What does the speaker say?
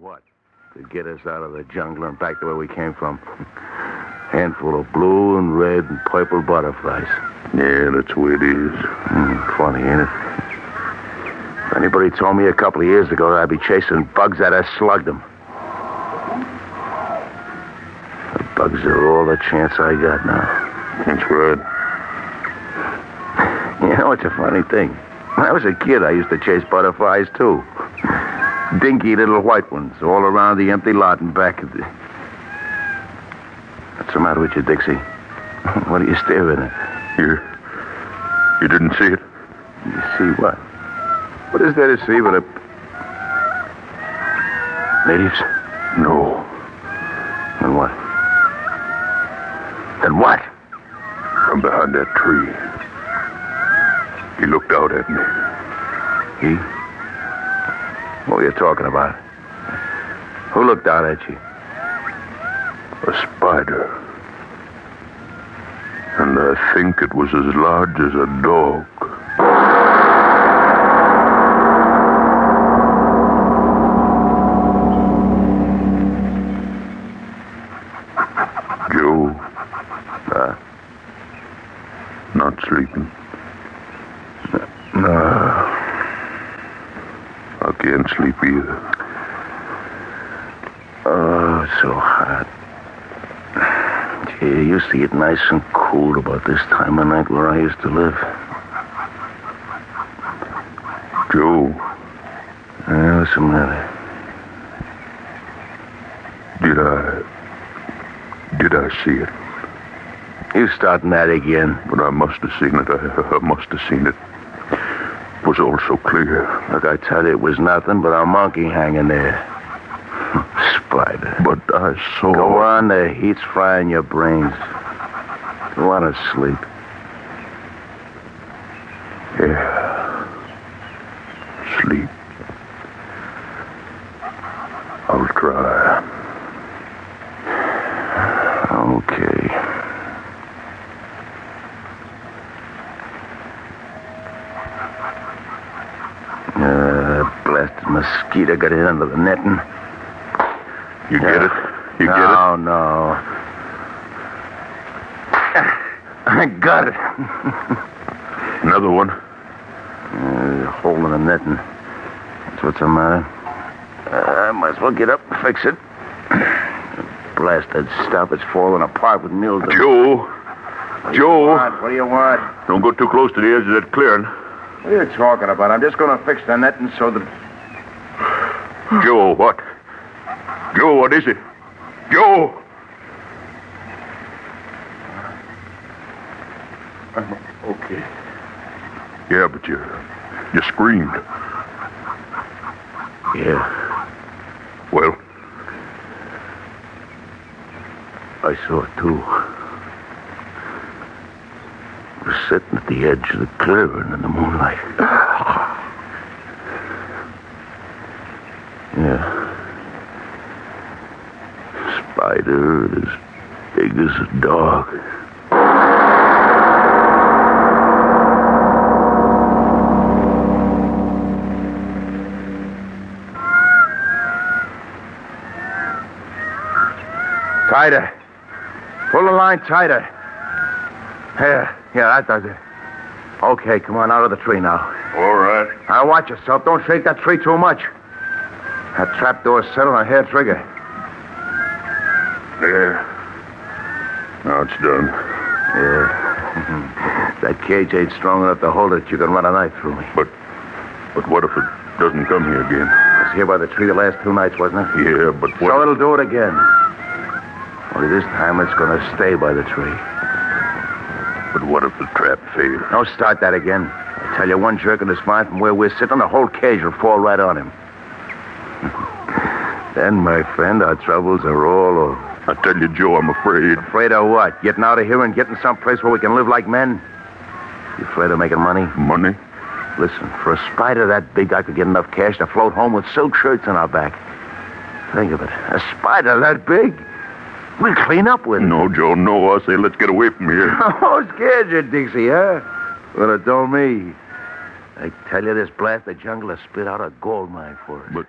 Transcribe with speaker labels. Speaker 1: what? To get us out of the jungle and back to where we came from. Handful of blue and red and purple butterflies.
Speaker 2: Yeah, that's where it is.
Speaker 1: Mm, funny, ain't it? If anybody told me a couple of years ago that I'd be chasing bugs, I'd have slugged them. The bugs are all the chance I got now.
Speaker 2: That's right.
Speaker 1: You know, it's a funny thing. When I was a kid, I used to chase butterflies, too. Dinky little white ones all around the empty lot and back at the... What's the matter with you, Dixie? What are you staring at?
Speaker 2: You. You didn't see it?
Speaker 1: You see what? What is there to see but a... Natives?
Speaker 2: No.
Speaker 1: Then what? Then what?
Speaker 2: From behind that tree. He looked out at me.
Speaker 1: He? What were you talking about? Who looked out at you?
Speaker 2: A spider. And I think it was as large as a dog. Joe. Not sleeping. No. I can't sleep either.
Speaker 1: Oh, it's so hot. Gee, it used to get nice and cool about this time of night where I used to live.
Speaker 2: Joe,
Speaker 1: Yeah, what's the matter?
Speaker 2: did I. Did I see it?
Speaker 1: You starting that again?
Speaker 2: But I must have seen it. I, I must have seen it. It was all so clear.
Speaker 1: Look, I tell you, it was nothing but a monkey hanging there. Spider.
Speaker 2: But I saw.
Speaker 1: Go on, the heat's frying your brains. Go on and sleep.
Speaker 2: Yeah. Sleep. I'll try.
Speaker 1: Okay. Uh, blasted mosquito got in under the netting.
Speaker 2: You get it? You
Speaker 1: no,
Speaker 2: get it?
Speaker 1: No, Ah, I got it.
Speaker 2: Another one?
Speaker 1: Uh, hole in the netting. That's what's the matter. Uh, I might as well get up and fix it. Blast that stuff. It's falling apart with Milton.
Speaker 2: Joe! Joe!
Speaker 1: What do you want?
Speaker 2: Don't go too close to the edge of that clearing.
Speaker 1: What are you talking about? I'm just going to fix the netting so that
Speaker 2: Joe, what? Joe, what is it? Joe!
Speaker 1: Okay.
Speaker 2: Yeah, but you. You screamed.
Speaker 1: Yeah,
Speaker 2: Well,
Speaker 1: I saw it too. It was sitting at the edge of the clearing in the moonlight. yeah. Spider as big as a dog. Tighter. Pull the line tighter. Yeah, yeah, that does it. Okay, come on, out of the tree now.
Speaker 2: all right.
Speaker 1: Now watch yourself. Don't shake that tree too much. That trapdoor's set on a hair trigger.
Speaker 2: There. Now it's done.
Speaker 1: Yeah. that cage ain't strong enough to hold it. You can run a knife through me.
Speaker 2: But. But what if it doesn't come here again?
Speaker 1: It was here by the tree the last two nights, wasn't it?
Speaker 2: Yeah, but what?
Speaker 1: So it'll do it again. Only this time it's going to stay by the tree.
Speaker 2: But what if the trap fails?
Speaker 1: Don't start that again. I tell you, one jerk in the spine from where we're sitting, the whole cage will fall right on him. then, my friend, our troubles are all over.
Speaker 2: I tell you, Joe, I'm afraid.
Speaker 1: Afraid of what? Getting out of here and getting someplace where we can live like men? You afraid of making money?
Speaker 2: Money?
Speaker 1: Listen, for a spider that big, I could get enough cash to float home with silk shirts on our back. Think of it. A spider that big? We'll clean up with it.
Speaker 2: No, Joe, no. I say let's get away from here.
Speaker 1: Oh, scared you, Dixie, huh? Well, it don't me. I tell you, this blasted jungle has spit out a gold mine for us.
Speaker 2: But